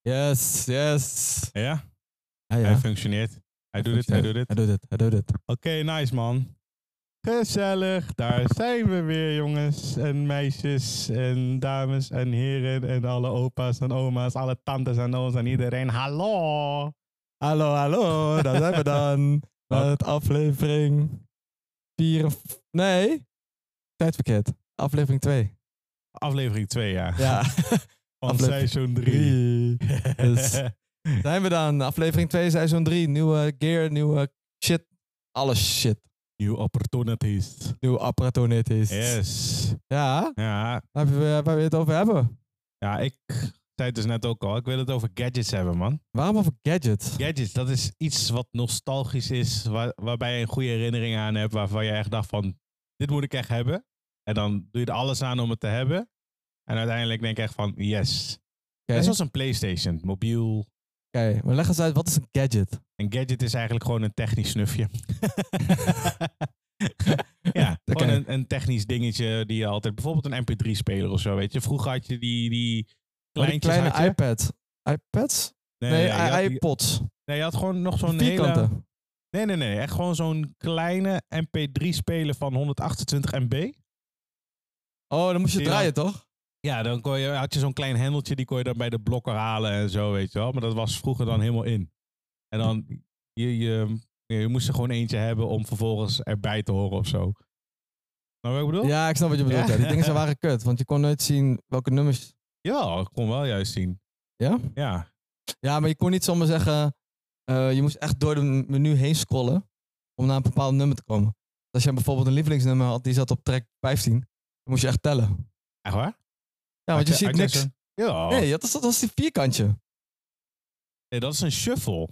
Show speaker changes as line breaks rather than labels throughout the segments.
Yes, yes.
Ja?
Ja, ja.
Hij functioneert. Hij, doet het, hij doet het.
Hij doet het, hij doet het.
Oké, nice man. Gezellig, daar zijn we weer jongens en meisjes en dames en heren en alle opa's en oma's, alle tantes en ooms en iedereen. Hallo!
Hallo, hallo, daar zijn we dan.
Wat?
Met aflevering 4. Nee, tijd verkeerd. Aflevering 2.
Aflevering 2 ja,
Ja,
van
aflevering
seizoen 3.
3. Dus zijn we dan. Aflevering 2, seizoen 3. Nieuwe gear, nieuwe shit. Alles shit.
New opportunities.
Nieuwe apparatoonitis.
Yes.
Ja,
Ja,
waar we, waar wil je het over hebben?
ja, ik zei het dus net ook al, ik wil het over gadgets hebben man.
Waarom over gadgets?
Gadgets, dat is iets wat nostalgisch is, waar, waarbij je een goede herinnering aan hebt, waarvan je echt dacht van, dit moet ik echt hebben. En dan doe je er alles aan om het te hebben. En uiteindelijk denk ik echt van, yes.
Oké,
Net zoals een Playstation, mobiel.
oké, maar leg eens uit, wat is een gadget?
Een gadget is eigenlijk gewoon een technisch snufje. ja,
Oké.
gewoon een, een technisch dingetje die je altijd, bijvoorbeeld een mp3-speler of zo, weet je. Vroeger had je die, die
Oh, die
kleintjes had
kleine
je.
iPad. iPads?
Nee,
Nee,
ja, je had die-
iPods.
nee, je had gewoon nog zo'n hele...
Vierkante.
Nee, nee, nee. Echt gewoon zo'n kleine MP3-speler van 128 MB.
Oh, dan moest je
Die
draaien, toch?
Ja, dan kon je, had je zo'n klein hendeltje, die kon je dan bij de blokker halen en zo, weet je wel. Maar dat was vroeger dan helemaal in. En dan, je, je, je moest er gewoon eentje hebben om vervolgens erbij te horen of zo. Nou, wat ik bedoel?
Ja, ik snap wat je bedoelt.
Ja.
Ja. Die dingen zijn waren kut, want je kon nooit zien welke nummers.
Ja, ik kon wel juist zien.
Ja?
Ja.
Ja, maar je kon niet zomaar zeggen. eh, je moest echt door het menu heen scrollen om naar een bepaald nummer te komen. Dus Als jij bijvoorbeeld een lievelingsnummer had, die zat op track 15, dan moest je echt tellen.
Echt waar?
Ja, want je ziet niks.
Ja.
Nee, dat is, dat is die vierkantje.
Nee, dat is een shuffle.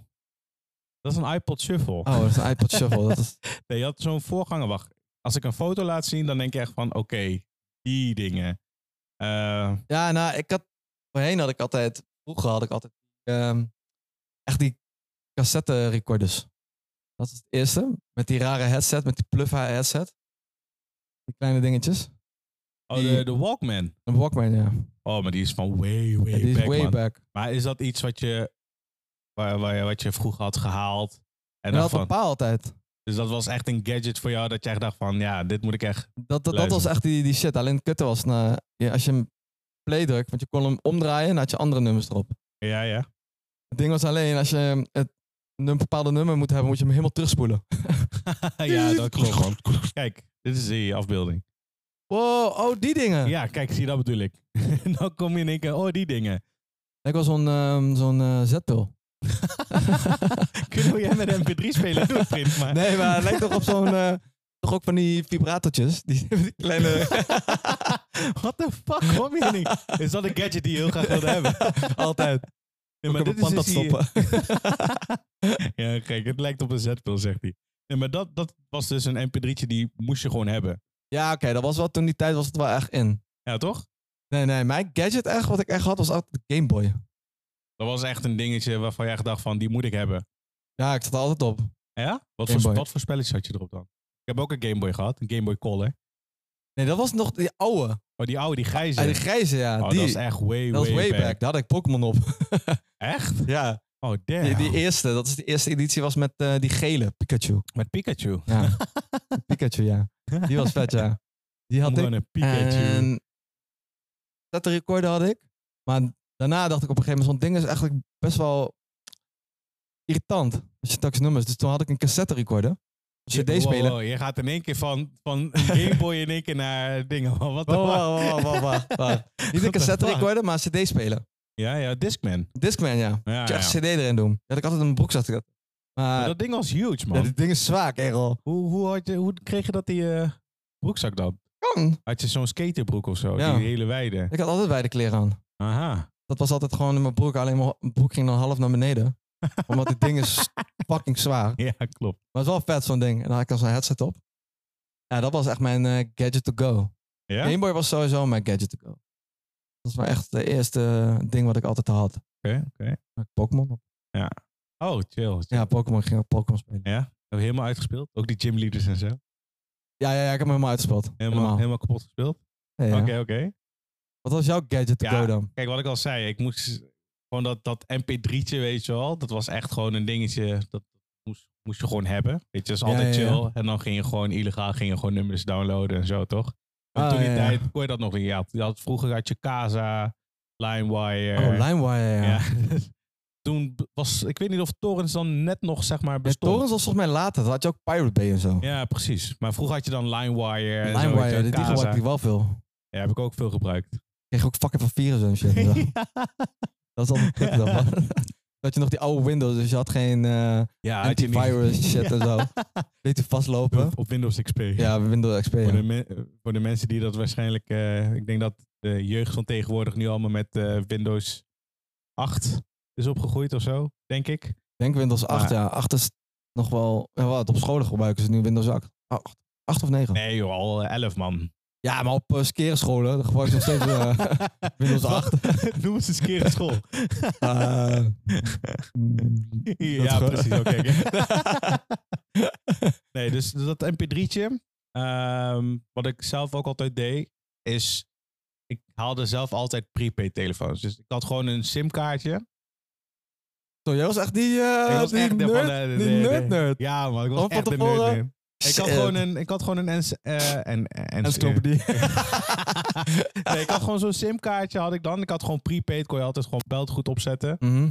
Dat is een iPod shuffle.
Oh, dat is een iPod shuffle. Dat is,
Nee, je had zo'n voorganger. Wacht, als ik een foto laat zien, dan denk je echt van, oké, die dingen. Eh,
ja, nou, ik had... Voorheen had ik altijd... Vroeger had ik altijd ehm, echt die cassette recorders. Dat is het eerste. Met die rare headset, met die pluff headset. Die kleine dingetjes.
oh, de,
Die-
de Walkman.
Een Walkman, ja.
Oh, maar die is van way, way
Ja, die is
back,
way
man.
back.
Maar is dat iets wat je, waar, waar je, wat je vroeger had gehaald? En
En dat
dan
had een
van,
paal altijd.
dus dat was echt een gadget voor jou, dat je echt dacht van, ja, dit moet ik echt...
Dat, dat, dat
Luister.
was echt die, die shit. Alleen het kutte was, nou, ja, als je hem play drukt, want je kon hem omdraaien, dan had je andere nummers erop.
Ja, ja.
Het ding was alleen, als je het, een bepaalde nummer moet hebben, moet je hem helemaal terugspoelen.
ja, dat klopt, man. Kijk, dit is die afbeelding.
Wow, oh, die dingen.
Ja, kijk, zie dat bedoel ik. dan kom je in één keer, oh, die dingen.
Ik was zo'n ehm zo'n eh, zetpil.
Kunnen we jij met een mp3-speler doen, vriend? Maar...
Nee, maar het lijkt toch op zo'n... eh, toch ook van die vibratortjes. Die, die kleine...
What the fuck, kom je niet? Is dat een gadget die je heel graag wilde hebben?
Altijd.
Nee,
Ook op een pand
dus die-
stoppen.
ja, kijk, het lijkt op een zetpil, zegt hij. Nee, maar dat, dat was dus een mp3'tje, die moest je gewoon hebben.
Ja, oké. dat was wel... Toen die tijd was het wel echt in.
Ja, toch?
Nee, nee. Mijn gadget echt, wat ik echt had, was altijd de Game Boy.
Dat was echt een dingetje waarvan je echt dacht van, die moet ik hebben.
Ja, ik zat er altijd op.
Ja? Wat,
Game
voor,
Boy.
wat voor spelletjes had je erop dan? Ik heb ook een Game Boy gehad, een Game Boy Color.
Nee, dat was nog die oude.
Oh, die oude, die grijze.
Ah, die grijze, ja.
oh,
die,
dat is echt way,
dat was
way,
way back. Daar had ik Pokémon op.
Echt?
ja.
Oh, damn.
Die, die eerste. Dat is de eerste editie was met eh, die gele Pikachu.
Met Pikachu.
Ja. Pikachu, ja. Die was vet, ja. Die had
I'm
ik.
gonna Pikachu.
En dat de recorder had ik. Maar daarna dacht ik op een gegeven moment, zo'n ding is eigenlijk best wel irritant. Als je straks nummers. Dus toen had ik een cassette recorder. Een
Je-
cd
wow,
spelen.
wow, je gaat in één keer van, van Game Boy in één keer naar dingen. Wat de
Oh, Wow,
fuck?
wow, wow, wow, wow, wow. Niet een
What the
cassette
fuck?
recorder, maar een cd spelen.
Ja, ja, Discman.
Discman, ja.
Ja,
Moet je
Ah, ja.
echt cd erin doen. Ja, ik altijd in mijn broek zat ik dat. Maar
Maar dat ding was huge, man.
ja, dit ding is zwaar, kerel.
Hoe, hoe, had je, hoe kreeg je dat die eh, broekzak dan?
Kan.
Had je zo'n skaterbroek of zo?
Ja.
Die hele wijde.
Ik had altijd wijde kleren aan.
Aha.
Dat was altijd gewoon in mijn broek. Alleen mijn broek ging dan half naar beneden. Omdat dit ding is fucking zwaar.
Ja, klopt.
Maar het is wel vet zo'n ding. En dan had ik dan zo'n headset op. Ja, dat was echt mijn eh, gadget to go.
Ja?
Game Boy was sowieso mijn gadget to go. Dat was maar echt de eerste ding wat ik altijd had.
Oké, oké.
Pokémon. op.
Oh, chill. chill.
Ja, Pokémon. Ik ging op Pokémon spelen.
Heb je helemaal uitgespeeld? Ook die gymleaders en zo?
Ja, ja, ja. Ik heb hem helemaal uitgespeeld.
Helemaal, helemaal kapot gespeeld?
Ja,
Oké,
ja.
oké.
Wat was jouw gadget to
Ja.
go dan?
Kijk, wat ik al zei. Ik moest Gewoon dat, dat mp3'tje, weet je wel. Dat was echt gewoon een dingetje. Dat moest, moest je gewoon hebben. Weet je, dat is
Ja,
altijd
ja, ja.
chill. En dan ging je gewoon illegaal ging je gewoon nummers downloaden en zo, toch? En
Ah,
toen die
ja, ja.
tijd kon je dat nog niet. Ja, je had, vroeger had je Casa, LimeWire.
Oh, LimeWire, ja.
Ja. toen b- was, ik weet niet of Torrents dan net nog, zeg maar,
Ja,
bestond.
Torrens was volgens mij later. Dan had je ook Pirate Bay en zo.
Ja, precies. Maar vroeger had je dan LimeWire. en zo, weet je,
LimeWire, die, die
Casa.
gebruikte ik wel veel.
Ja, heb ik ook veel gebruikt.
kreeg ook fucking van virussen en shit. en zo. Dat is altijd kut dan, man. Dat je nog die oude Windows, dus je had geen eh
ja, had je niet-
antivirus shit en zo. Beetje vastlopen.
Op, op Windows XP.
Ja, Windows XP.
Voor, de
Ja.
men- voor de mensen die dat waarschijnlijk... eh, ik denk dat de jeugd van tegenwoordig nu allemaal met eh, Windows 8 is opgegroeid of zo, denk ik.
Ik denk Windows 8, ja. 8 is nog wel... Ja, wat, op scholen gebruiken ze nu Windows 8. 8, 8 of 9?
Nee joh, al eh, 11 man.
Ja, maar op uh, skerenscholen dan gebruiken ze nog steeds eh, Windows 8.
Noem eens eens een keer een school.
Eh, mm,
ja,
Dat-
precies. Oké. oké. nee, dus dat mp3'tje, ehm, wat ik zelf ook altijd deed, is ik haalde zelf altijd prepaid telefoons. Dus ik had gewoon een simkaartje.
Zo, jij was echt die, eh
ik was
die
echt de- van
nerd,
de- de-
die
de-
nerd nerd.
Ja man, ik was
Gewoon van
echt de nerd.
tevoren.
nerd. Ik had
Shit.
gewoon een, ik had gewoon een, ens, eh, en, en,
Encyclopedie.
nee, ik had gewoon zo'n simkaartje had ik dan. Ik had gewoon prepaid, kon je altijd gewoon belt goed opzetten.
Mhm.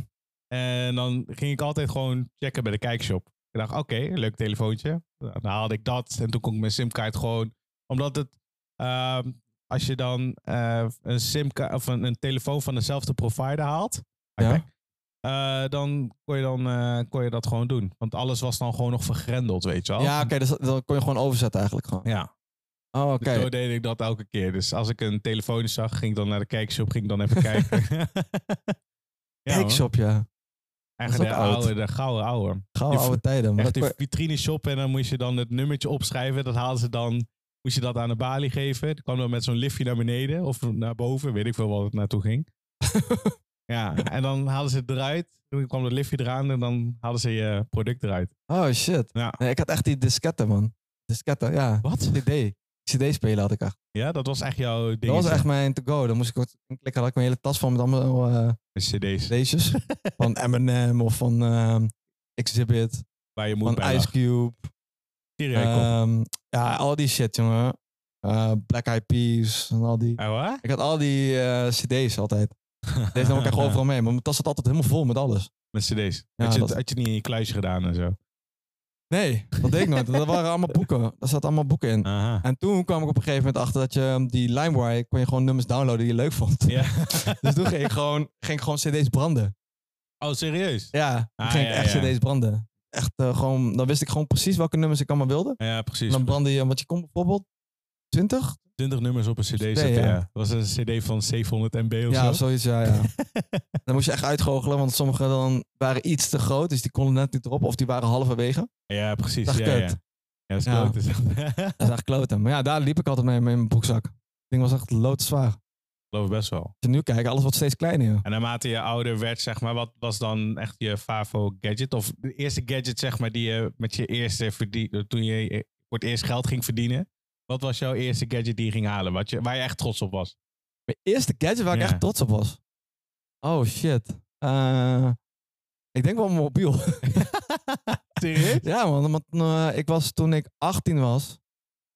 En dan ging ik altijd gewoon checken bij de kijkshop. Ik dacht, oké, leuk telefoontje. Nou, Dan haalde ik dat en toen kon ik mijn simkaart gewoon... Omdat het, ehm, als je dan eh, een, simkaart, of een, een telefoon van dezelfde provider haalt...
Ja.
Kijk, eh, dan, kon je dan eh, kon je dat gewoon doen. Want alles was dan gewoon nog vergrendeld, weet je wel.
Ja, oké, dus dat- dan kon je gewoon overzetten eigenlijk gewoon.
Ja.
Oh, oké.
Dus zo deed ik dat elke keer. Dus als ik een telefoon zag, ging ik dan naar de kijkshop, ging ik dan even kijken. ja, man.
Cakeshop, ja.
Echt
Dat
de
is ook oud.
oude, de gouden oude.
Gouden
Die
oude tijden. Maar
Echt
dat
die
kon-
vitrine shop en dan moest je dan het nummertje opschrijven. Dat haalden ze dan, moest je dat aan de balie geven. Dan kwam dan met zo'n liftje naar beneden of naar boven, weet ik veel waar het naartoe ging. ja, en dan haalden ze het eruit. Toen kwam dat liftje eraan en dan haalden ze je product eruit.
Oh, shit.
Ja.
Nee, ik had echt die disketten, man. Disketten, ja.
Wat?
CD. CD-spelen had ik echt.
Ja, dat was echt jouw ding.
Dat was echt mijn to-go. Dan moest ik wat klikken. Had ik mijn hele tas van met allemaal eh,
CD's
CD's. van Eminem of van ehm, Exhibit.
waar je moet
Van
bij
Ice
lag.
Cube.
Serieus, kom.
Ehm, ja, al die shit, jongen. Eh, Black Eyed Peas en al die.
Oh, waar?
Ik had al die eh, CD's altijd. Deze nam ik echt overal mee. Maar mijn tas zat altijd helemaal vol met alles.
Met CD's.
Ja,
had, je het,
dat-
had je het niet in je kluisje gedaan en zo.
Nee, dat deed ik nooit. Dat waren allemaal boeken. Daar zaten allemaal boeken in.
Aha.
En toen kwam ik op een gegeven moment achter dat je ehm, die LimeWire kon je gewoon nummers downloaden die je leuk vond.
Ja.
Dus toen ging ik gewoon, ging ik gewoon CD's branden.
Oh, serieus?
Ja, toen
Ah,
ging ik
ja,
echt
ja.
CD's branden. Echt eh, gewoon, dan wist ik gewoon precies welke nummers ik allemaal wilde.
Ja,
En
precies.
dan brandde je, want je kon bijvoorbeeld 20?
20 nummers op een cd zetten,
ja.
ja. Dat was een cd van 700 MB of
ja,
zo.
zoiets, ja, ja. dan moest je echt uitgoochelen, want sommige dan waren iets te groot, dus die konden net niet erop, of die waren halverwege.
Ja, precies.
Dag,
ja, ja.
kut.
ja, dat is
Ja.
kloot, is dat.
Dat is echt kloten. Maar ja, daar liep ik altijd mee in mijn broekzak. Het ding was echt loodzwaar. Als
geloof ik best wel.
je nu kijkt, alles wordt steeds kleiner. joh.
En naarmate je ouder werd, zeg maar, wat was dan echt je favo gadget? Of de eerste gadget, zeg maar, die je met je eerste verdien, toen je eh, voor het eerst geld ging verdienen. Wat was jouw eerste gadget die je ging halen? Wat je, waar je echt trots op was?
Mijn eerste gadget waar ik
Ja.
echt trots op was. Oh shit. Eh, ik denk wel mijn mobiel.
Serieus?
ja, man. Want eh, ik was toen ik 18 was. Had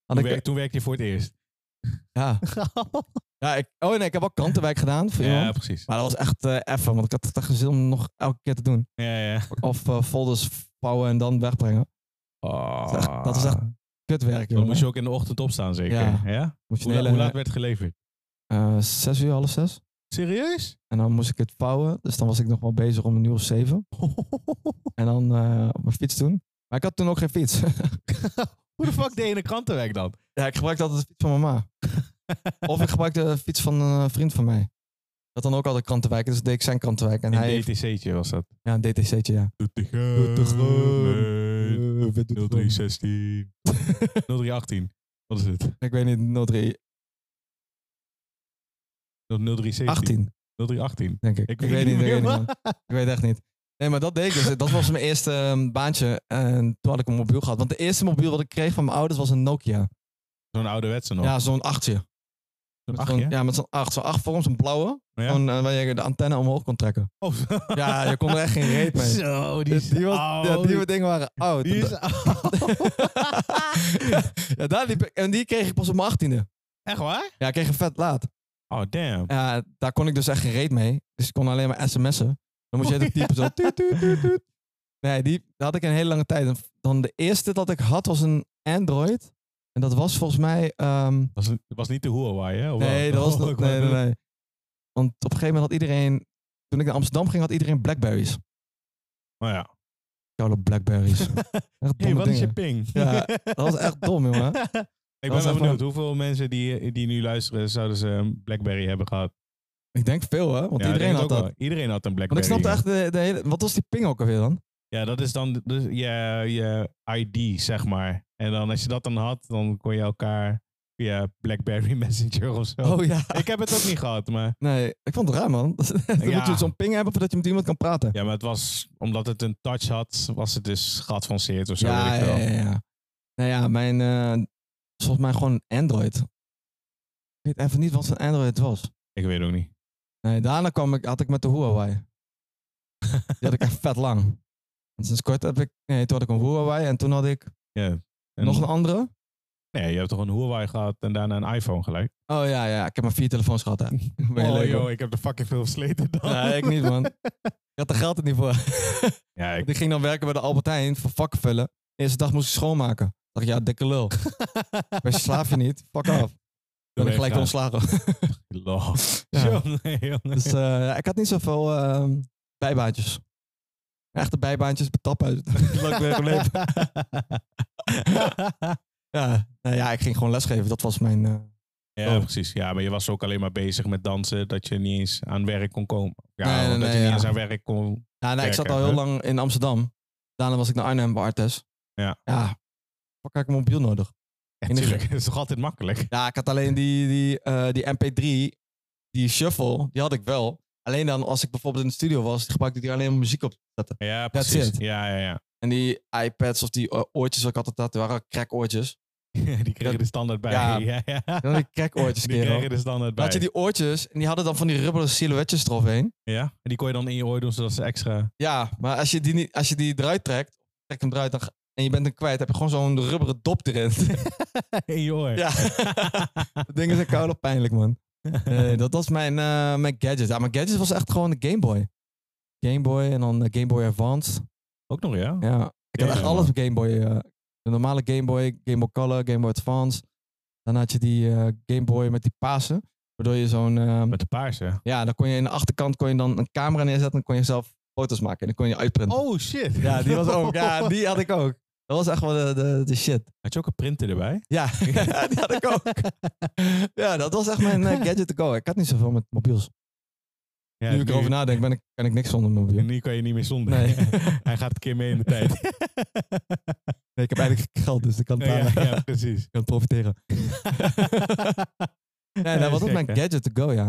toen,
ik, e-
werk, toen werkte je voor het eerst.
ja. ja ik, oh nee, ik heb ook krantenwijk gedaan. Voor
ja,
iemand.
precies.
Maar dat was echt eh effen, want ik had het echt geen zin om nog elke keer te doen.
Ja, ja.
Of eh, folders vouwen en dan wegbrengen.
Oh.
Dat is echt- dat is echt- Kutwerk,
Dan
jongen.
moest je ook in de ochtend opstaan, zeker?
Ja.
Ja.
Moest je
Hoe,
een
la- hoe laat
hele,
werd het geleverd?
eh, zes uur, half zes.
Serieus?
En dan moest ik het vouwen. Dus dan was ik nog wel bezig om een uur of zeven. En dan eh, op mijn fiets doen. Maar ik had toen ook geen fiets.
Hoe de fuck deed je in de krantenwijk dan?
Ja, ik gebruikte altijd de fiets van mama. of ik gebruikte de fiets van een eh, vriend van mij. Dat dan ook altijd krantenwijk. Dus deed ik zijn krantenwijk. En
Een
hij
DTC'tje was dat.
Ja, een DTC'tje, ja. Eh, wat doet het dan?
0316. 0318. Wat is het?
Ik weet niet, 03,
0317.
18,
0318.
denk ik.
Ik weet niet
ik weet
meer,
niet,
man.
man. Ik weet echt niet. Nee, maar dat deed ik dus. Dat was mijn eerste ehm, baantje. En toen had ik een mobiel gehad. Want de eerste mobiel wat ik kreeg van mijn ouders was een Nokia.
Oh. Zo'n ouderwetse nog.
Ja, zo'n achtje. Met zo'n-
Een achtje?
ja, met zo'n acht. Zo'n acht vorm, zo'n blauwe.
Ja.
Gewoon, eh, waar je de antenne omhoog kon trekken.
Oh,
Ja, je kon er echt geen reet mee.
Zo, die is
die, was, ja,
oud.
die wa- dingen waren oud.
Die is
ja, daar liep ik, en die kreeg ik pas op mijn achttiende.
Echt waar?
Ja, ik kreeg hem vet laat.
Oh, damn.
Ja, daar kon ik dus echt geen reet mee. Dus ik kon alleen maar sms'en. Dan moest je de
Oh, ja.
typen zo... tuut, tuut, tuut, tuut. Nee, die daar had ik een hele lange tijd. En f- Dan de eerste dat ik had was een Android. En dat was volgens mij... ehm,
Was, was niet de Huawei, hè? Of
nee, dat
wel?
was...
Oh,
dat-
ik wou
nee, nee,
zeggen.
nee. Want op een gegeven moment had iedereen... Toen ik naar Amsterdam ging, had iedereen Blackberries.
Maar ja.
Koude Blackberries. echt domme
Hey, wat is je
dingen.
ping?
Ja, dat was echt dom, jongen.
ik
Dat
ben
is
wel
echt
benieuwd. Hoeveel mensen die, die nu luisteren, zouden ze een Blackberry hebben gehad?
Ik denk veel, hè? Want
Ja, ik
iedereen
denk
had
ook
dat.
wel. Iedereen had een
Want ik
Blackberry.
snapte
ja.
echt de, de hele... Wat was die ping ook alweer dan?
Ja, dat is dan dus je, je ID, zeg maar. En dan als je dat dan had, dan kon je elkaar via Blackberry Messenger of zo.
Oh ja.
Ik heb het ook niet gehad, maar...
Nee, ik vond het raar, man. Dan
Ja.
moet je zo'n ping hebben voordat je met iemand kan praten.
Ja, maar het was... Omdat het een touch had, was het dus geadvanceerd of zo. weet ik
ja,
wel.
ja, ja. Nou ja, mijn... eh volgens mij gewoon een Android. Ik weet even niet wat een Android was.
Ik weet ook niet.
Nee, daarna kwam ik, had ik met de Huawei. Die had ik echt vet lang. En sinds kort heb ik... Nee, toen had ik een Huawei en toen had ik
En-
nog een andere.
Nee, je hebt toch een Huawei gehad en daarna een iPhone gelijk?
Oh ja, ja. Ik heb maar vier telefoons gehad, hè. Ik
Oh,
ben heel leuk, hoor.
ik heb er fucking veel versleten dan.
Nee, ik niet, man. Ik had er geld niet voor.
Ja, ik...
Want ik ging dan werken bij de Albert Heijn voor vakken vullen. De eerste dag moest ik schoonmaken. Ik dacht, ja, dikke lul. Maar slaaf je niet, fuck af. Dan ben ik gelijk ontslagen.
Lol.
Ja.
Jongen, jongen.
Dus eh, ja, ik had niet zoveel ehm, bijbaantjes. Echte bijbaantjes betappen uit het Blackberry leven. Ja, nou ja, ik ging gewoon lesgeven. Dat was mijn... eh,
Ja,
Oh.
precies. Ja, maar je was ook alleen maar bezig met dansen dat je niet eens aan werk kon komen. Ja,
Nee, nee,
dat
nee,
je niet
ja.
eens aan werk kon.
Ja, nee, ik zat
Werken,
al heel
hè?
lang in Amsterdam. Daarna was ik naar Arnhem bij Artes.
Ja.
Ja, fuck, had ik mijn mobiel nodig.
Ja,
In de
tuurlijk. Dat is toch altijd makkelijk?
Ja, ik had alleen die, die, eh, die MP3, die shuffle, die had ik wel. Alleen dan als ik bijvoorbeeld in de studio was, gebruikte ik die alleen om muziek op te zetten.
Ja,
That's
precies.
it.
Ja, ja, ja.
En die iPads of die eh, oortjes wat ik altijd had, die waren crackoortjes.
Die kregen de standaard bij.
Ja.
Ja, ja.
Dan die crackoortjes,
Die
kerel.
kregen de standaard
Dan
bij.
had je die oortjes en die hadden dan van die rubberen silhouetjes eromheen.
Ja? En die kon je dan in je oor doen zodat ze extra...
Ja, maar als je die, niet, als je die eruit trekt, trek hem eruit dan, ga- en je bent hem kwijt, heb je gewoon zo'n rubberen dop erin.
in je oor.
ja, dat ding is een koude pijnlijk, man. Nee, dat was mijn, eh, mijn gadget. Ja, mijn gadget was echt gewoon de Game Boy. Game Boy en dan de Game Boy Advance.
Ook nog, ja?
Ja, ik had
Ja,
echt
man.
alles op Game Boy. eh, de normale Game Boy, Game Boy Color, Game Boy Advance. Dan had je die eh, Game Boy met die Pasen. Waardoor je zo'n... eh,
Met de paarse.
ja, dan kon je in de achterkant kon je dan een camera neerzetten. En dan kon je zelf foto's maken. En dan kon je uitprinten.
Oh, shit.
Ja, die was ook. Ja, die had ik ook. Dat was echt wel de, de, de shit.
Had je ook een printer erbij?
Ja, die had ik ook. Ja, dat was echt mijn eh, gadget to go. Ik had niet zoveel met mobiels.
Ja,
nu ik erover nadenk, ben ik, kan ik niks zonder mijn mobiel.
Nu kan je niet meer zonder.
Nee.
Hij gaat een keer mee in de tijd.
Nee, ik heb eigenlijk geen geld, dus ik kan, het
ja,
aan-
ja, precies.
kan profiteren. Nee, dat was ook mijn gadget to go, ja.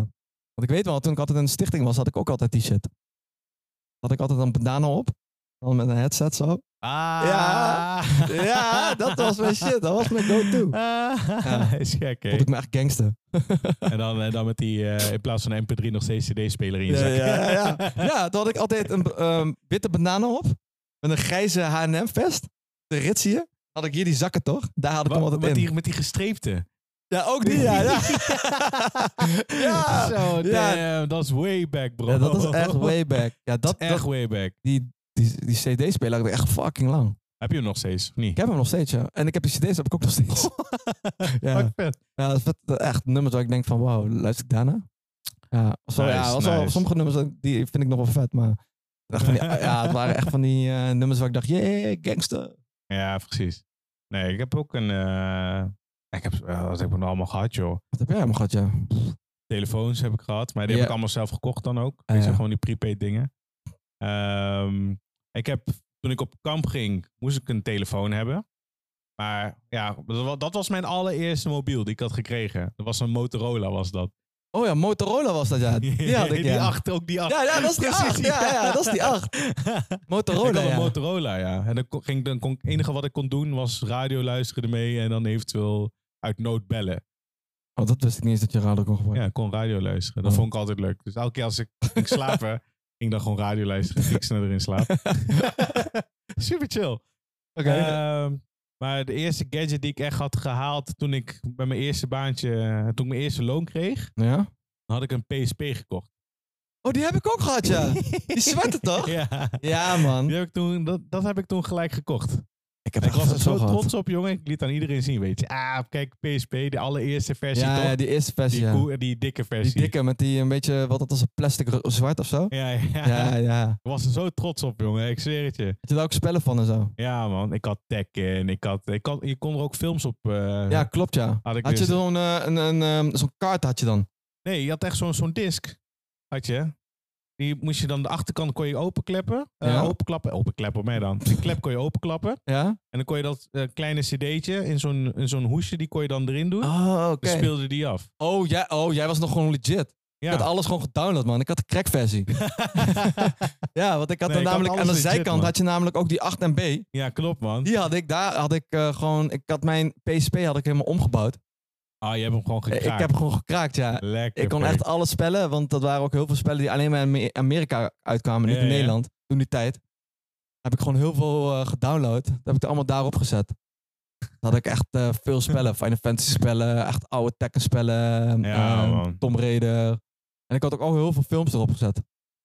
Want ik weet wel, toen ik altijd in de stichting was, had ik ook altijd die shit. Had ik altijd een bandana op. Dan met een headset zo.
Ah.
Ja. Ja, dat was mijn shit. Dat was mijn go-to. Ja.
Ah, is gek, hè?
Vond ik me echt gangster.
En dan, en dan met die, eh, in plaats van een MP3 nog steeds CD-speler in je
Ja,
zak.
ja, ja. Ja, toen had ik altijd een ehm, witte bandana op. Met een grijze H&M-vest. De rits hier. Had ik hier die zakken toch? Daar had ik hem
Wat,
altijd
met,
in.
die, met die gestreepte.
Ja, ook die, ja. Ja, ja.
Zo,
Ja.
damn, dat is way back, bro.
Ja, dat is echt way back. Ja, dat,
Echt
dat,
way back.
die, die, die CD-speler had ik echt fucking lang.
Heb je hem nog steeds? of Niet.
Ik heb hem nog steeds, ja. En ik heb die CD's heb ik ook nog steeds. ja.
Fuck, vet.
ja, dat is vet, echt nummers waar ik denk van, wauw, luister ik daarna? Ja, zo,
Nice,
ja was wel-
nice.
sommige nummers die vind ik nog wel vet, maar echt van die, ja, het waren echt van die eh, nummers waar ik dacht, yeah, gangster.
Ja, precies. Nee, ik heb ook een... eh, ik heb, eh, wat heb ik nog allemaal gehad, joh?
Wat heb jij helemaal gehad, ja?
Telefoons heb ik gehad, maar die
Ja.
heb ik allemaal zelf gekocht dan ook.
Ah,
Weet je,
ja.
gewoon die prepaid dingen. Ehm, ik heb, toen ik op kamp ging, moest ik een telefoon hebben. Maar ja, dat wa- dat was mijn allereerste mobiel die ik had gekregen. Dat was een Motorola, was dat.
Oh ja, Motorola was dat, ja. Die had ik,
Die
ja.
acht, ook die acht.
Ja, ja, dat is die
Precies,
acht. Ja, ja, dat is die acht.
ik
Motorola,
had een
ja.
Motorola, ja. En dan kon, ging, dan kon, het enige wat ik kon doen was radio luisteren ermee en dan eventueel uit nood bellen.
Oh, dat wist ik niet eens dat je radio kon gebruiken.
Ja, ik kon radio luisteren. Dat
Oh.
vond ik altijd leuk. Dus elke keer als ik ging slapen, ging ik dan gewoon radio luisteren. Ging ik sneller in slaap. Super chill.
Oké.
Ehm, maar de eerste gadget die ik echt had gehaald toen ik bij mijn eerste baantje, eh, toen ik mijn eerste loon kreeg,
nou ja.
dan had ik een PSP gekocht.
Oh, die heb ik ook gehad, ja. Die zwette toch?
ja.
Ja, man.
Die heb ik toen, dat, dat heb ik toen gelijk gekocht.
Ik heb
ik was er
het
zo trots op, jongen. Ik liet aan iedereen zien, weet je. Ah, kijk, PSP, de allereerste versie
Ja,
toch?
ja, die eerste versie,
die,
ja.
koe- die dikke
Die
versie.
dikke met die een beetje, wat dat was, een plastic ro- zwart of zo?
Ja, ja.
Ja, ja.
Ik was er zo trots op, jongen. Ik zweer het je.
Had je daar ook spellen van en zo?
Ja, man. Ik had Tekken. Ik had, ik had, je kon er ook films op. eh,
Ja, klopt, ja.
had ik
Had je
dus.
zo'n eh, een, een, ehm, zo'n kaart had je dan?
Nee, je had echt zo'n zo'n disc. Had je. Die moest je dan de achterkant kon je openkleppen. Eh,
Ja.
Openklappen. Openklappen op mij dan. Die klep kon je openklappen.
Ja?
En dan kon je dat eh, kleine cd'tje in zo'n in zo'n hoesje, die kon je dan erin doen.
Oh, oké.
Dan speelde die af.
Oh, jij, oh, jij was nog gewoon legit.
Ja.
Ik had alles gewoon gedownload, man. Ik had de crackversie. ja, want ik had dan
Nee, ik had
namelijk
alles
aan de
legit,
zijkant
man.
had je namelijk ook die 8MB.
ja, klopt man.
Die had ik daar, had ik eh, gewoon, ik had mijn PSP had ik helemaal omgebouwd.
Ah, je hebt hem gewoon
Eh,
gekraakt.
Ik heb hem gewoon gekraakt, ja.
Lekker.
Ik kon
Peter.
echt alle spellen, want dat waren ook heel veel spellen die alleen maar in Ame- Amerika uitkwamen, niet
Ja,
in
ja.
Nederland. Toen die tijd. Heb ik gewoon heel veel eh, gedownload. Dat heb ik er allemaal daarop gezet. Dan had ik echt eh, veel spellen. Final Fantasy spellen, echt oude Tekken spellen.
Ja,
eh,
man.
Tomb Raider. En ik had ook al heel veel films erop gezet.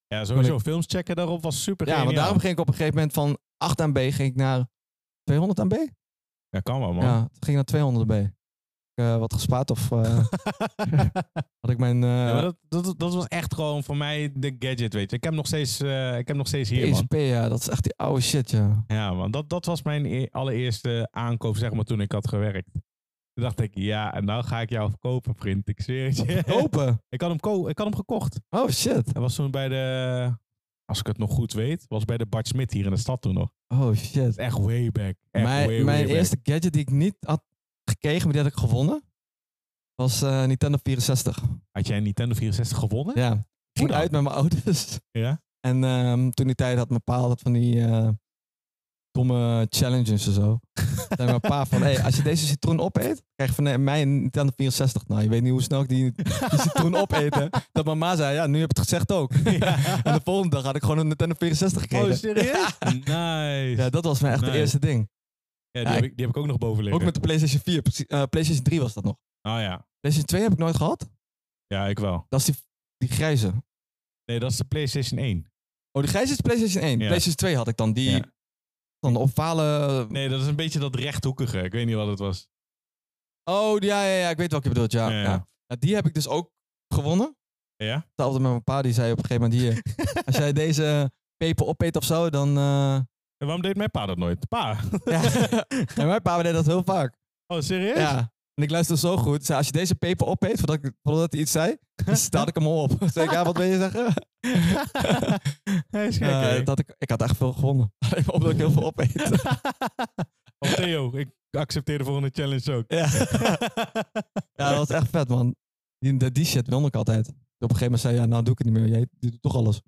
Ja, sowieso. Films checken daarop was super
Ja,
geniaal.
maar daarom ging ik op een gegeven moment van 8 MB ging ik naar 200 MB.
Ja, kan wel man.
Ja, toen ging ik naar 200 MB. Heb Ik, eh, wat gespaard of eh, had ik mijn eh,
Ja, maar dat, dat, dat was echt gewoon voor mij de gadget, weet je. Ik heb hem nog steeds, eh, ik heb hem nog steeds hier, man.
PSP, ja, dat is echt die oude shit, ja.
Ja, man. Dat, dat was mijn e- allereerste aankoop, zeg maar, toen ik had gewerkt. Toen dacht ik, ja, en nou ga ik jou verkopen, vriend. Ik zweer het je.
Open.
ik, had hem ko- ik had hem gekocht.
Oh shit.
Hij was toen bij de, als ik het nog goed weet, was bij de Bart Smit hier in de stad toen nog.
Oh shit.
Dat is echt way back. Echt
mijn
way, way
mijn
back.
eerste gadget die ik niet had gekregen, maar die had ik gewonnen, was eh, Nintendo 64.
Had jij een Nintendo 64 gewonnen?
Ja. Ik ging
dan?
uit met mijn ouders.
Ja?
En ehm, toen die tijd had mijn pa altijd van die eh, domme challenges en zo. Toen zei mijn pa van, hey, als je deze citroen opeet, krijg je van eh, mij een Nintendo 64. Nou, je weet niet hoe snel ik die, die citroen opeten. Dat mijn ma zei, ja, nu heb je het gezegd ook.
Ja.
En de volgende dag had ik gewoon een Nintendo 64 gekregen.
Oh, serieus? nice.
Ja, dat was mijn echt de
Nice.
eerste ding.
Ja,
Ja,
die, heb ik, die heb ik ook nog boven liggen.
Ook met de PlayStation 4. precies- eh, PlayStation 3 was dat nog.
Oh ja.
PlayStation 2 heb ik nooit gehad.
Ja, ik wel.
Dat is die, die grijze.
Nee, dat is de PlayStation 1.
Oh, die grijze is PlayStation 1.
Ja.
PlayStation 2 had ik dan. Die
Ja.
dan de ovale...
Nee, dat is een beetje dat rechthoekige. Ik weet niet wat het was.
Oh, ja, ja, ja. Ik weet welke je bedoelt. Ja,
Ja,
ja.
ja.
Ja, die heb ik dus ook gewonnen.
Ja?
Hetzelfde met mijn pa. Die zei op een gegeven moment hier... als jij deze peper opeet of zo, dan... eh,
En waarom deed mijn pa dat nooit? Pa.
ja. en mijn pa deed dat heel vaak.
Oh, serieus?
Ja. En ik luister zo goed. Zei, als je deze peper opeet, voordat, ik, voordat hij iets zei, dan staat ik hem op. Zeg ik, ja, wat wil je zeggen?
Hij is gek,
Eh,
hè?
dat had ik, ik had echt veel gewonnen. Alleen omdat ik heel veel opeet.
Oh, Theo, ik accepteer de volgende challenge ook.
ja. ja, dat was echt vet, man. Die, die- die shit wilde ik altijd. Op een gegeven moment zei hij, ja, nou doe ik het niet meer. Jij doet toch alles.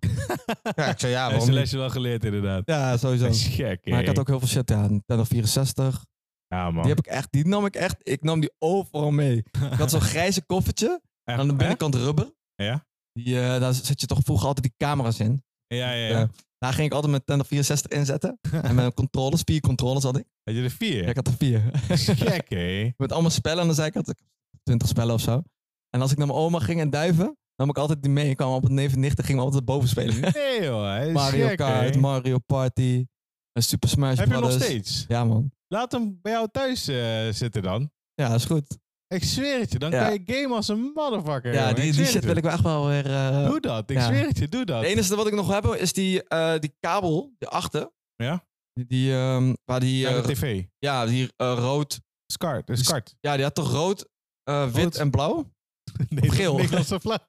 ja, ik zei, ja,
Hij heeft zijn
niet?
lesje wel geleerd, inderdaad.
Ja,
Hij
sowieso.
is gek, hè?
Maar ik had ook heel veel shit, ja. Nintendo 64.
Ja, man.
Die heb ik echt, die nam ik echt, ik nam die overal mee. Ik had zo'n grijze koffertje.
Echt,
Aan de
hè?
binnenkant rubber.
Ja.
Die, eh, daar zet je toch vroeger altijd die camera's in.
Ja, ja, ja.
Ja. Daar ging ik altijd mijn Nintendo 64 inzetten. en mijn controllers, vier controllers had ik.
Had je er vier?
Ja, ik had er vier.
Hij is gek, hè?
met allemaal spellen aan de zijkant. Ik had 20 spellen of zo. En als ik naar mijn oma ging en duiven, nam ik altijd die mee. Ik kwam op het neef en nicht en gingen we altijd boven spelen.
Nee, joh. Hij is
Mario
gek, hè?
Kart, Mario Party, en Super Smash
Heb je hem
Brothers.
nog steeds?
Ja man.
Laat hem bij jou thuis eh, zitten dan.
Ja, is goed.
Ik zweer het je, dan
Ja.
kan je gamen als een motherfucker.
ja,
jongen.
die, die
Ik zweer het
shit wil
je.
ik wel echt wel weer... eh,
Doe dat, ik
Ja.
zweer het je, doe dat.
het enige wat ik nog heb is die, eh, die kabel, die achter.
Ja?
Die, die, ehm, waar die,
Ja,
eh,
de tv.
ja, die eh, rood...
Skart, een
Dus-
skart.
Ja, die had toch rood, eh, wit
Rood.
en blauw?
Nee,
geel.
dat is Nederlandse vlag.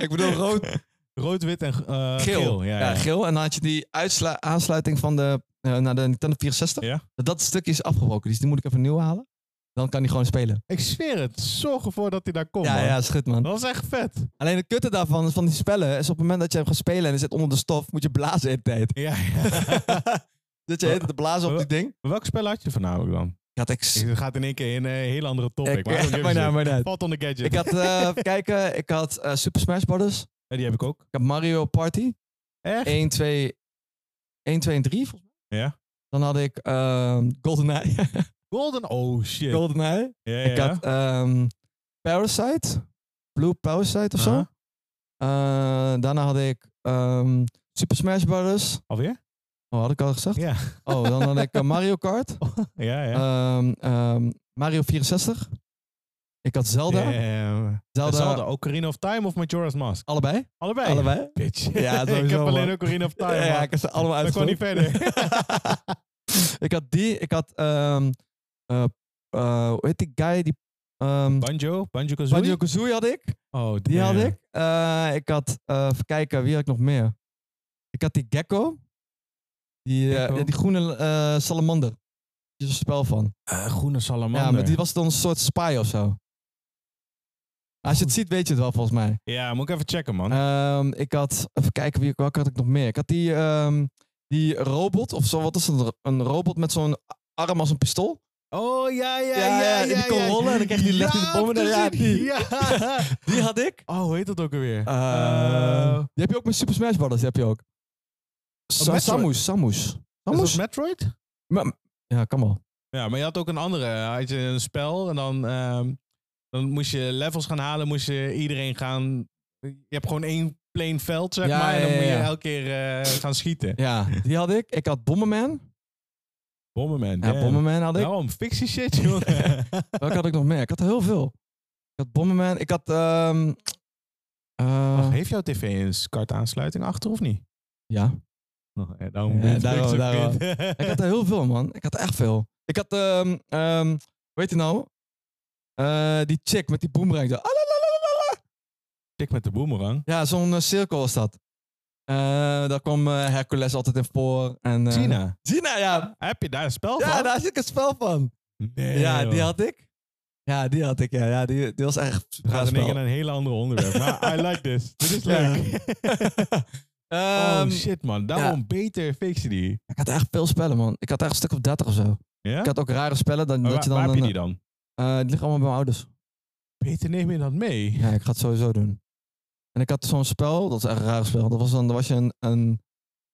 ik bedoel rood,
Rood, wit en eh,
geel.
geel.
ja,
Ja, ja.
geel. En dan had je die uitsla- aansluiting van de, eh, naar de Nintendo 64.
Ja.
Dat, dat stukje is afgebroken, dus die moet ik even nieuw halen. Dan kan hij gewoon spelen.
Ik zweer het, zorg ervoor dat hij daar komt.
ja,
Oh, man.
ja, is goed, man.
Dat is echt vet.
Alleen de kutte daarvan, van die spellen, is op het moment dat je hem gaat spelen en hij zit onder de stof, moet je blazen de hele tijd.
Ja, ja. Oh.
dat je de hele tijd te blazen op die ding.
Welk spel had je voornamelijk dan?
Ik had, ex-
Het gaat in één keer in eh, een hele andere topic.
ik,
maar I don't give a
maar nou,
shit.
maar nou.
Valt on the gadget.
ik had, eh, even kijken, ik had eh, Super Smash Bros. Ik
Ja, die heb ik ook.
had Mario Party.
Echt?
1, 2, 1, 2 en 3 volgens mij.
Ja.
Dan had ik ehm GoldenEye.
Golden. Oh shit.
GoldenEye.
Ja,
Ik
ja.
had ehm, Parasite. Blue Parasite of
Aha.
zo. Eh, daarna had ik ehm, Super Smash Bros.
Alweer?
Oh, had ik al gezegd?
Ja.
Oh, dan had ik eh, Mario Kart.
Ja, ja.
Ehm, ehm, Mario 64. Ik had Zelda.
Ja, ja, ja.
Zelda,
Zelda, Ocarina of Time of Majora's Mask?
Allebei.
Allebei.
Allebei.
Bitch.
Ja,
ik
sowieso,
heb alleen
man.
Ocarina of Time.
Ja,
man.
ik heb ze allemaal
Ik kon niet
uitgesproken.
verder.
ik had die. Ik had... ehm eh, eh, hoe heet die guy? Die, ehm
Banjo? Banjo Kazooie?
Banjo Kazooie had ik.
Oh,
Die had
damn.
ik. Eh, ik had... eh even kijken, wie had ik nog meer? Ik had die gecko. Die, eh,
Gecko.
ja, die groene eh salamander. Die is een spel van.
Eh, groene salamander.
Ja, maar die was dan een soort spy of zo. Als je het ziet, weet je het wel volgens mij.
Ja, moet ik even checken, man.
Ehm, ik had, even kijken, wie, welke had ik nog meer? Ik had die, ehm, die robot, of zo, wat is het? Een robot met zo'n arm als een pistool.
oh, ja, ja,
Ja,
ja.
ja, die kon rollen en dan kreeg die
Ja,
legt hij de bom in de- ja,
precies.
die. Eh,
Ja.
Die had ik.
Oh, hoe heet dat ook alweer?
Ehm,
Eh,
die heb je ook met Super Smash Bros. Die heb je ook. Sa-
Metroid.
Samus, Samus.
is dat
Samus?
Metroid?
Ja, kan wel.
Ja, maar je had ook een andere. Had je een spel en dan, ehm, dan moest je levels gaan halen, moest je iedereen gaan... Je hebt gewoon één plain veld, zeg
Ja,
maar. En dan
ja,
moet je
ja.
elke keer eh, gaan schieten.
Ja, die had ik. Ik had Bomberman.
Bomberman.
Ja,
damn.
Bomberman had ik.
Daarom, fictie shit, jongen.
Welke had ik nog meer? Ik had er heel veel. Ik had Bomberman. Ik had... ehm, eh,
Wacht, heeft jouw tv een SCART aansluiting achter of niet?
ja.
Oh, ja, daarom
Ja,
ben ik
daarom,
zo
daarom.
kut.
Ik had er heel veel, man. Ik had echt veel. Ik had, ehm ehm weet je nou? Eh, die chick met die boomerang. zo. Alalalalala.
Tik met de boemerang.
Ja, zo'n eh, cirkel was dat. Eh, daar kwam eh, Hercules altijd in voor. En, eh,
Tina,
Gina, ja.
heb je daar een spel
Ja,
van?
daar zit ik een spel van.
Nee,
ja,
joh.
die had ik. Ja, die had ik. Ja, ja die, die was echt
We gaan in één keer
spel.
naar een heel ander onderwerp. Maar I like this. Dit is
Ja.
leuk.
Ehm,
oh shit man, daarom beter fixie die.
Ik had echt veel spellen, man. Ik had echt een stuk of 30 of zo.
Ja?
Ik had ook rare spellen. Dan,
Maar
dat je
waar,
dan,
waar heb je
een-
die dan?
eh, die liggen allemaal bij mijn ouders.
Peter, neem je dat mee?
Ja, ik ga het sowieso doen. En ik had zo'n spel, dat is echt een raar spel. Dat was dan, dan was je een, een,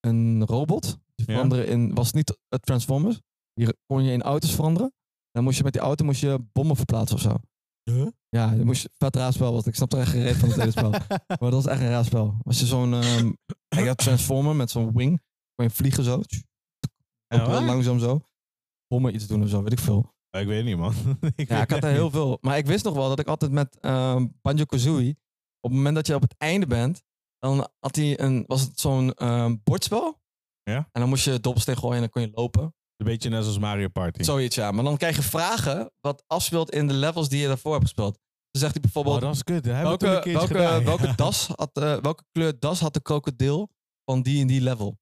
een robot. Die
Ja.
veranderen in, was niet het Transformers. Hier kon je in auto's veranderen. Dan moest je met die auto moest je bommen verplaatsen of zo.
Huh?
Ja, dan moest je, vet raar spel was het. Ik snap er echt geen reet van het hele spel. Maar dat was echt een raar spel. Was je zo'n, ehm ik had Transformer met zo'n wing. Kon je vliegen zo.
Ja,
Ook heel
waar?
langzaam zo. Bommen iets doen of zo, weet ik veel.
ik weet niet man. ik
Ja, ik had er heel veel. Maar ik wist nog wel dat ik altijd met ehm Banjo Kazooie. Op het moment dat je op het einde bent, dan had hij een, was het zo'n ehm, bordspel.
Ja.
En dan moest je dobbelsteen gooien en dan kon je lopen.
Een beetje net zoals Mario Party.
Zoiets ja. Maar dan krijg je vragen wat afspeelt in de levels die je daarvoor hebt gespeeld. Dan zegt hij bijvoorbeeld:
oh, dat is kut. Dat hebben we toen een
welke,
keertje
welke,
gedaan.
welke,
Ja.
das had, eh, welke kleur das had de krokodil van die en die level?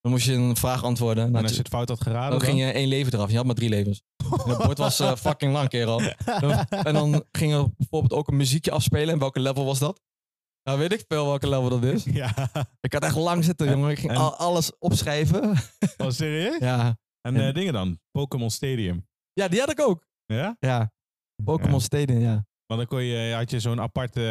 Dan moest je een vraag antwoorden.
En
Dan,
als je het fout had geraden
dan ging je één leven eraf. Je had maar drie levens. En het bord was eh, fucking lang, kerel. En dan ging er bijvoorbeeld ook een muziekje afspelen. En welke level was dat? Nou, weet ik veel welke level dat is.
Ja.
Ik had echt lang zitten,
En-
jongen. Ik ging
en-
al- alles opschrijven.
Oh, serieus?
Ja.
En eh, dingen dan? Pokémon Stadium.
ja, die had ik ook.
Ja?
Ja. Pokémon
Ja.
Stadium, ja.
Maar dan kon je, had je zo'n aparte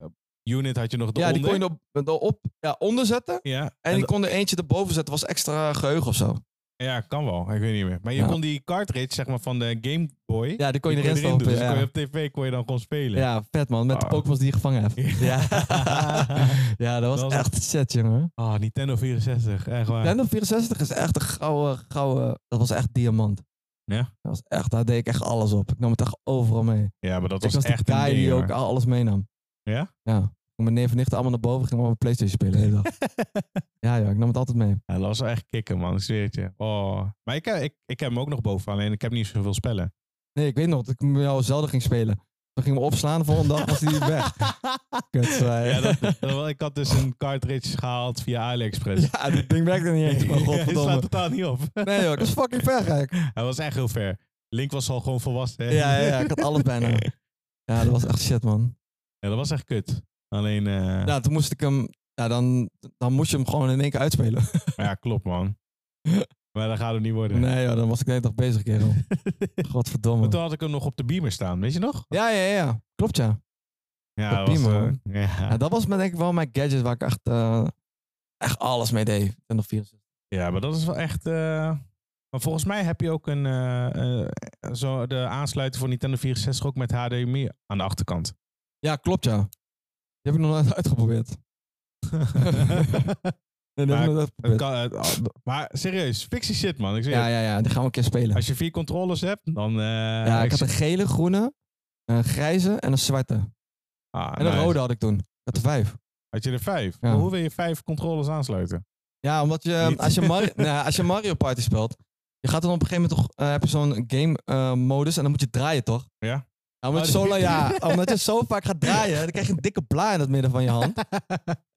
eh, unit had je nog
Ja,
eronder.
die kon je erop op, ja, onderzetten. En,
Ja, en,
die
dat-
kon er eentje erboven zetten. was extra geheugen of zo.
ja, kan wel. Ik weet niet meer. Maar je
Ja.
kon die cartridge zeg maar, van de Game Boy...
Ja, die kon je
die
erin stoppen.
Dus
ja.
kon je op tv kon je dan gewoon spelen.
Ja, vet man. Met de
Ah.
Pokémon die je gevangen hebt. Ja,
Ja.
ja dat was
Dat was-
echt set, jongen.
Ah, Nintendo 64. Echt waar.
Nintendo 64 is echt een gouden, gouden... Dat was echt diamant.
Ja?
Dat was echt, daar deed ik echt alles op. Ik nam het echt overal mee.
Ja, maar dat
ik
was,
was die
echt een
guy
ding,
die
hoor.
ook alles meenam.
Ja?
Ja. Ik ging met neef en nicht allemaal naar boven. Ging allemaal Playstation spelen de hele dag. ja, ja, ik nam het altijd mee.
Ja, dat was echt kicken, man. Ik zweer het je. Oh. Maar ik, heb- ik, ik heb hem ook nog boven. Alleen ik heb niet zoveel spellen.
Nee, ik weet nog dat ik met jou zelden ging spelen. Toen ging ik me opslaan. De volgende dag was hij weg. Kutzwaai.
Ja, dat, dat- ik had dus een cartridge gehaald via AliExpress.
Ja, dit ding werkte niet eens. Maar
Hij slaat
godverdomme.
totaal niet op.
Nee joh, dat is fucking ver gek.
Hij was echt heel ver. Link was al gewoon volwassen. hè?
Ja, ja, ja, ik had alles bijna. Ja, dat was echt shit, man.
Ja, dat was echt kut. Alleen, eh, ja.
Ja, toen moest ik hem... Ja, dan, dan moest je hem gewoon in één keer uitspelen.
klopt man. Maar dat gaat hem niet worden.
Nee, joh, dan was ik de hele dag bezig, kerel.
Maar
Godverdomme.
toen had ik hem nog op de beamer staan, weet je nog?
Ja, ja, ja. Klopt, ja.
Ja,
op
was,
beamer,
eh, ja.
ja dat was mijn, denk ik wel mijn gadget waar ik echt, eh, echt alles mee deed. En nog 64.
Ja, maar dat is wel echt. eh, Maar volgens mij heb je ook een, eh, eh, zo de aansluiting voor Nintendo 64 ook met HDMI aan de achterkant.
Ja, klopt, ja. Die heb ik nog nooit uitgeprobeerd. Nee, die heb ik nog nooit
Het
uitgeprobeerd.
kan- het- maar serieus, fixie shit man. Ik zeg je,
Ja, ja, ja. Die gaan we een keer spelen.
Als je vier controllers hebt, dan. eh,
Ja, ik had
zeg-
een gele, groene, een grijze en een zwarte. En
Ah,
een
nice.
rode had ik toen. Dat de vijf.
Had je er vijf?
Ja.
Maar hoe wil je vijf controllers aansluiten?
Ja, omdat je,
Niet.
als je, Mario, nou, als je Mario Party speelt, je gaat dan op een gegeven moment toch, eh, heb je zo'n game eh, modus en dan moet je draaien, toch?
Ja.
omdat, je zo,
Oh, die-
lang- ja omdat je zo vaak gaat draaien, dan krijg je een dikke blaar in het midden van je hand.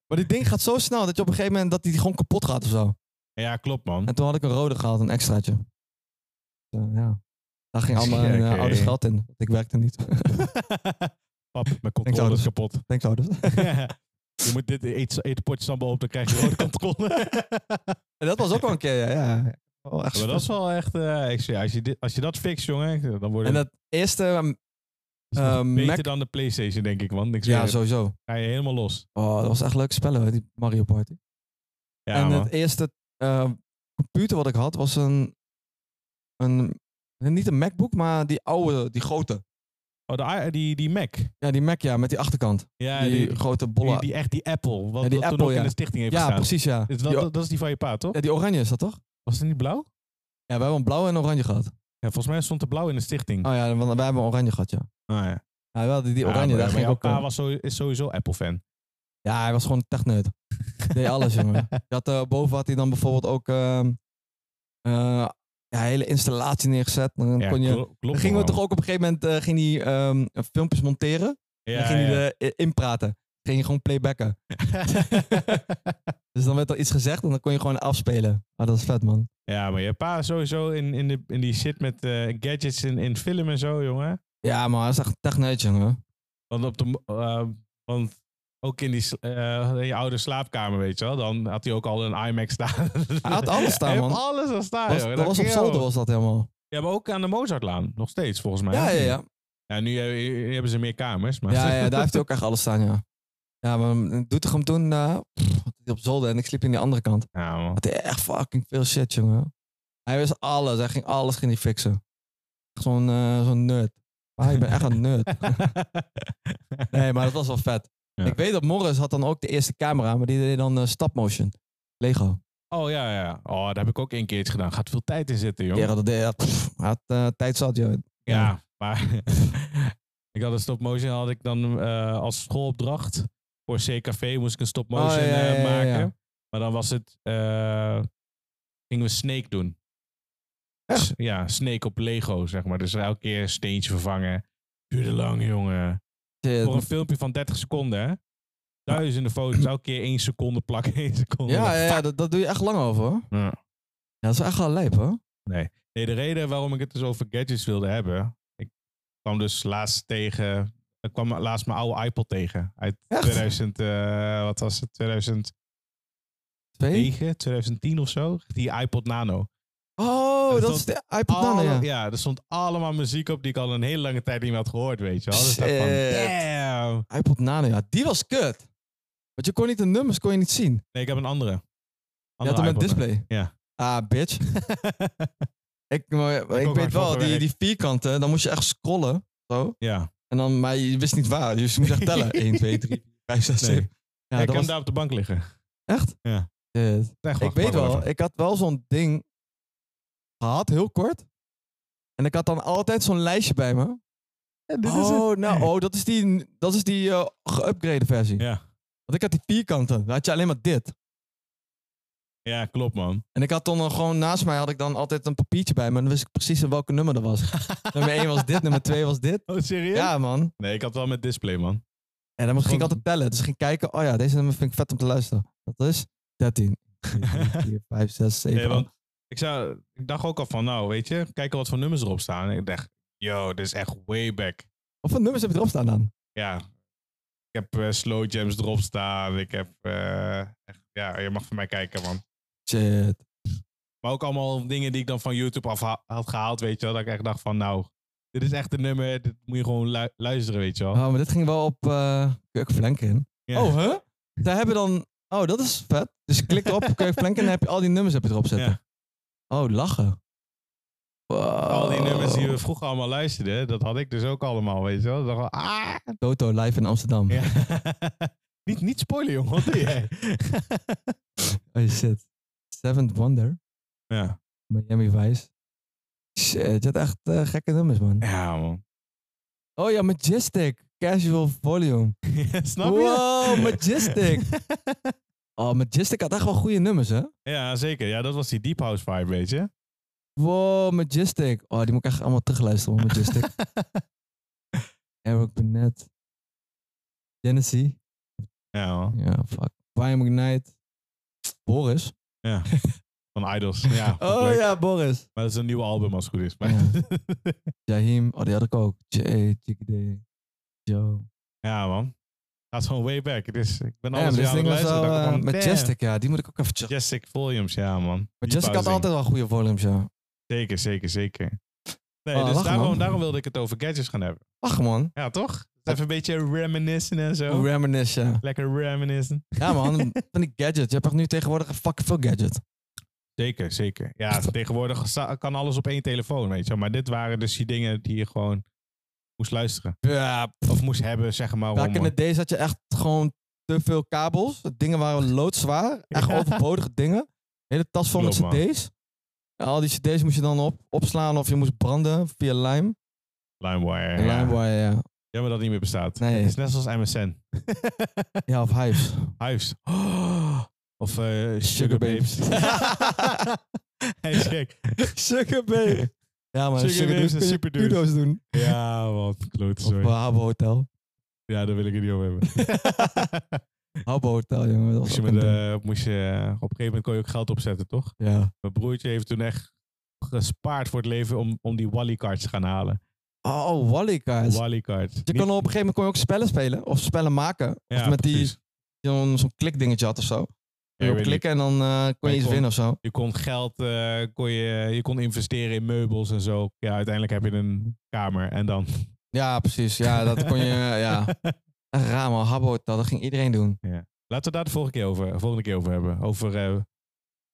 Maar die ding gaat zo snel dat je op een gegeven moment dat die gewoon kapot gaat of zo.
Ja, klopt man.
En toen had ik een rode gehaald, een extraatje. Dus, eh, ja. Daar ging allemaal mijn
Ja,
eh,
oké.
ouders geld in, want ik werkte niet.
Pap, mijn controller is
dus.
kapot.
Thanks ouders.
je moet dit eet, eet een potje sambal op, dan krijg je rode controle.
En dat was ook wel een keer, ja. ja. Wel echt
Ja, maar dat is wel echt. eh, ik zeg, als, je dit, als je dat fixt, jongen, dan wordt
En
het
dat eerste... ehm,
is het nog
eh,
beter
Mac-
dan de PlayStation, denk ik. Want ik
ja,
ja,
sowieso.
ga je helemaal los.
Oh, dat was echt leuk spellen, hoor, die Mario Party.
Ja,
en
man.
het eerste eh, computer wat ik had was een, een... Niet een MacBook, maar die oude, die grote.
Oh, de, i- die, die Mac.
Ja, die Mac, ja, met die achterkant.
Ja,
die,
die, die,
grote bolle.
die echt die Apple. Wat,
Ja, die
wat toen
Apple,
ook
ja.
in de stichting heeft
ja,
gestaan.
precies, ja.
Dus
Die
dat,
o-
dat, dat is die van je pa, toch?
ja. Die oranje is dat, toch?
Was het niet blauw?
Ja, we hebben een blauw en een oranje gehad.
Ja, volgens mij stond er blauw in de stichting.
Oh ja, want wij hebben een oranje gehad, ja.
Ah, ja.
Ja, wel, die, die
Ja,
oranje, daar
maar- maar
ging ik
jouw
ook...
pa
eh,
was zo, is sowieso Apple-fan.
Ja, hij was gewoon een techneut. deed alles, jongen. Hij Had, eh, boven had hij dan bijvoorbeeld ook ehm, eh, ja, hele installatie neergezet. Dan
Ja,
kon je...
klo- klopt
Dan gingen we
man.
toch ook op een gegeven moment eh, ging hij ehm, filmpjes monteren.
Ja,
en ging hij
ja.
er i- in praten. Ging je gewoon playbacken. Dus dan werd er iets gezegd en dan kon je gewoon afspelen. Ah, dat is vet, man.
ja, maar je pa is sowieso in, in, de, in die shit met eh, gadgets in, in film en zo, jongen.
Ja, maar hij is echt een techneut, jongen.
Want, op de, mo- eh, want ook in, die, sl- eh, in je oude slaapkamer, weet je wel, dan had hij ook al een IMAX staan.
Hij had alles staan,
Hij
man.
heeft alles al staan,
Was-
Ah, joh.
dat was op
ging
zolder,
wel.
was dat helemaal.
Ja, maar ook aan de Mozartlaan, nog steeds, volgens mij.
Ja,
of
ja,
niet?
ja.
Ja, nu, he- he- hebben ze meer kamers, maar...
Ja, ja, daar heeft hij ook echt alles staan, ja. Ja, maar doet hem toen eh, pff, had hij op zolder en ik sliep in die andere kant.
Ja, man.
Had hij echt fucking veel shit, jongen. Hij wist alles. Hij ging alles ging hij fixen. Echt Zo'n eh, zo'n nerd. Maar ik ben echt een nerd. Nee, maar dat was wel vet.
Ja.
Ik weet dat Morris had dan ook de eerste camera, maar die deed dan eh, stopmotion. Lego.
Oh, ja, ja. Oh, daar heb ik ook één keer iets gedaan. Gaat veel tijd in zitten, joh.
Ja, dat deed hij. pff, Hij had eh, tijd zat, joh.
Ja, maar ik had een stop-motion, had ik dan eh, als schoolopdracht voor CKV moest ik een stop-motion
Oh, ja,
eh,
ja, ja,
maken.
ja.
Maar dan was het, eh, gingen we Snake doen. S- Ja, Snake op Lego, zeg maar. Dus elke keer een steentje vervangen. Duurde lang, jongen.
Shit.
Voor een filmpje van 30 seconden, hè? Duizenden foto's, elke keer één seconde plakken, één seconde.
Ja, ja, ja dat, dat doe je echt lang over, hoor.
Ja.
Ja, dat is echt wel lijp, hoor.
Nee, de reden waarom ik het dus over gadgets wilde hebben. Ik kwam dus laatst tegen. Ik kwam laatst mijn oude iPod tegen. Uit
Echt?
2000, eh, wat was het? 2009,
Twee?
2010 of zo. Die iPod Nano.
Oh,
Er
dat is de iPod Nano,
Alle-
ja.
er stond allemaal muziek op die ik al een hele lange tijd niet meer had gehoord, weet je wel. Dus ik dacht van,
Shit.
damn.
iPod Nano, ja. Die was kut. Want je kon niet de nummers kon je niet zien.
Nee, ik heb een andere.
Je had
Andere
hem met
iPod
display.
Ja.
Ah, bitch. ik maar, maar
ook,
ik
maar
weet
ik
wel,
vond het
die,
werk.
die vierkanten, dan moest je echt scrollen. Zo.
Ja.
En dan, maar je wist niet waar. Dus je moest echt tellen. 1, 2, 3, 5, 6,
Nee.
7. Ja,
ik heb
dat
hem
was
daar op de bank liggen.
echt?
Ja.
Shit.
Zeg,
Ik
wacht,
weet
wacht
wel,
even.
ik had wel zo'n ding gehad, heel kort. En ik had dan altijd zo'n lijstje bij me.
dit is
oh, nou, oh, dat is die, dat is die eh geüpgrade versie.
Ja.
Want ik had die vierkanten, dan had je alleen maar dit.
Ja, klopt man.
En ik had dan nog gewoon naast mij had ik dan altijd een papiertje bij me. En dan wist ik precies welke nummer dat was. nummer 1 was dit, nummer 2 was dit.
Oh, serieus?
Ja, man.
Nee, ik had wel met display man.
En dan ging ik
Gewoon-
altijd tellen. Dus ik ging kijken, oh ja, deze nummer vind ik vet om te luisteren. Dat is 13. 4, 5, 6, 7.
Nee, want ik, zou, ik dacht ook al van, nou, weet je, kijken wat voor nummers erop staan. En ik dacht, yo, dit is echt way back.
Wat voor nummers heb je erop staan dan?
Ja, ik heb eh, slow jams erop staan. Ik heb, eh, echt, ja, je mag van mij kijken, man.
Shit.
Maar ook allemaal dingen die ik dan van YouTube af ha- had gehaald, weet je wel. Dat ik echt dacht van, nou, dit is echt een nummer, dit moet je gewoon lu- luisteren, weet je wel.
Oh, maar dit ging wel op eh Kirk Flanken.
Ja.
Oh, huh? Daar hebben dan... Oh, dat is vet. Dus je klikt op Kirk Flanken en dan heb je al die nummers heb je erop zitten. Oh, lachen.
Al die
Wow.
nummers die we vroeger allemaal luisterden, dat had ik dus ook allemaal, weet je wel. Dan dacht ik, ah!
Toto live in Amsterdam.
Ja. niet, niet spoilen, jongen, wat doe jij?
Oh shit. Seventh Wonder.
ja.
Miami Vice. Shit, je had echt eh, gekke nummers, man.
ja, man.
Oh ja, Majestic. Casual Volume.
Snap je?
Wow, Majestic. Oh, Majestic had echt wel goede nummers, hè?
ja, zeker. Ja, dat was die Deep House vibe, weet je.
Wow, Majestic. Oh, die moet ik echt allemaal terugluisteren, hoor, Majestic. Eric Burnett. Genesee.
Ja, man.
Ja, fuck. Brian McKnight. Boris.
Van Idols. Ja,
Oh
leuk.
ja, Boris.
Maar dat is een nieuw album als het goed is. Maar
Ja.
ja.
Jaheim. Oh, die had ik ook. Jay, Chickadee. Joe.
man. Gaat gewoon way back. Het is, ik ben
Ja,
alles
maar
weer
dit
aan
ding
het
was
luisteren.
wel,
dat ik
eh,
gewoon,
Majestic, ja. Die moet ik ook even
damn,
checken.
Majestic Volumes, ja, man.
Majestic had
Deep housing.
altijd wel goede volumes, ja.
Zeker, zeker, zeker. Nee,
Oh,
dus
lachen, man.
daarom, daarom wilde ik het over gadgets gaan hebben.
Ach, man.
Ja, toch? Dus Even een beetje reminiscen en zo.
Reminisce, ja.
Lekker reminiscen.
Ja, man. Van die gadget. Je hebt echt nu tegenwoordig een fucking veel gadget.
Zeker, zeker. Ja, tegenwoordig sta- kan alles op één telefoon, weet je wel. Maar dit waren dus die dingen die je gewoon moest luisteren.
Ja,
Of moest hebben, zeg maar.
Back in
om-
the days had je echt gewoon te veel kabels. Dingen waren loodzwaar. Echt
Ja.
overbodige dingen. De hele tas vol met
Klopt, man.
cd's. En al die cd's moest je dan op, opslaan of je moest branden via lime.
LimeWire.
En
ja.
LimeWire, ja.
Jammer dat het niet meer bestaat.
Nee.
Het is net zoals MSN.
Ja, of Hives.
Hives. Of eh Sugar Babes. Hij is gek.
Sugar Babe. Ja, maar
Sugar
Sugar Babes
Babes en
kun je
Super Dudes.
kudo's doen.
Ja, wat klote
Of
sorry.
eh, Habbo Hotel.
Ja, daar wil ik het niet over hebben.
Habbo Hotel, jongen. Dat was
moest je
ook
met,
een ding.
eh, moest je, op een gegeven moment kon je ook geld opzetten, toch?
Ja.
Mijn broertje heeft toen echt gespaard voor het leven om, om die Wally-cards te gaan halen.
Oh, Wally cards.
Wally-cards.
Je kon op een gegeven moment kon je ook spellen spelen. Of spellen maken. of met die zo'n zo'n klikdingetje had of zo. Kun je op klikken en dan eh, kon
Maar
je
je
iets
kon-
winnen of zo.
Je kon geld, eh, kon je, je kon investeren in meubels en zo. Ja, uiteindelijk heb je een kamer en dan...
Ja, precies. Ja, dat kon je... ja. Echt Raar man, Habbo Hotel, dat ging iedereen doen.
Laten we het daar de volgende keer over, volgende keer over hebben. Over eh,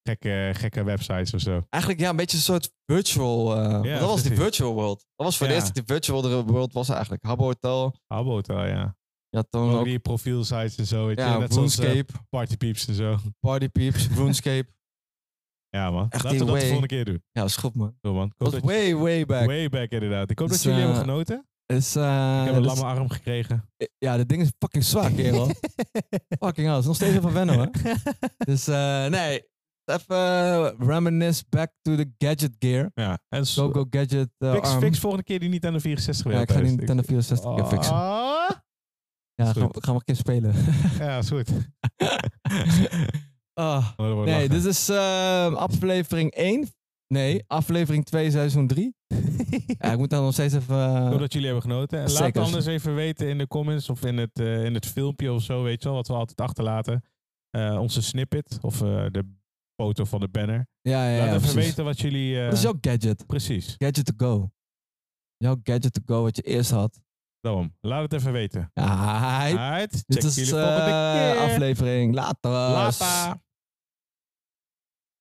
gekke, gekke websites of zo.
Eigenlijk ja, een beetje een soort virtual... eh, want dat was die
precies.
virtual world. Dat was voor
Ja.
het eerst dat die virtual world was eigenlijk. Habbo Hotel.
Habbo Hotel, ja.
Ja, toen
Ook
ook...
die profielsites en zo. Weet je?
Ja,
Net zoals eh,
RuneScape,
partypeeps en zo.
Party Peeps, RuneScape.
Ja, man.
Echt
Laten
die
we dat
way-
de volgende keer doen.
ja, is goed man.
Zo, man. Ik hoop
Dat was
dat
way, way
je-
back.
way back, inderdaad. Ik hoop
Dus,
dat
eh,
jullie hebben genoten.
Is, eh,
Ik heb een
dat
lamme arm gekregen.
is- ja, dit ding is fucking zwaar, kerel. fucking hell, het is nog steeds even wennen, hoor. Dus eh, nee, even eh, reminisce back to the gadget gear.
ja, en s-
Go, go gadget eh,
fix,
arm.
fix volgende keer die Nintendo 64 weer.
ja, ik ga die
thuis.
Nintendo 64 keer fixen.
Ah.
Ja,
Is
gaan
goed.
we, gaan we een keer spelen.
Ja, is goed.
Ah,
Oh, dat wordt
nee,
lachen.
dit is eh, aflevering 1. Nee, aflevering 2, seizoen 3. Ja, ik moet dan nog steeds even... eh,
Ik hoop dat jullie hebben genoten. En laat
Zeker.
anders even weten in de comments of in het, eh, in het filmpje of zo, weet je wel, wat we altijd achterlaten. Eh, onze snippet of eh, de foto van de banner.
ja, ja, ja,
laat even
precies.
weten wat jullie... eh,
Dat is jouw gadget.
Precies,
Gadget to go. Jouw gadget to go wat je eerst had.
daarom. Laat het even weten.
Ja, hi.
Alright, Ah, check
Dit is
jullie volgende
eh,
keer.
aflevering. Later.
Later.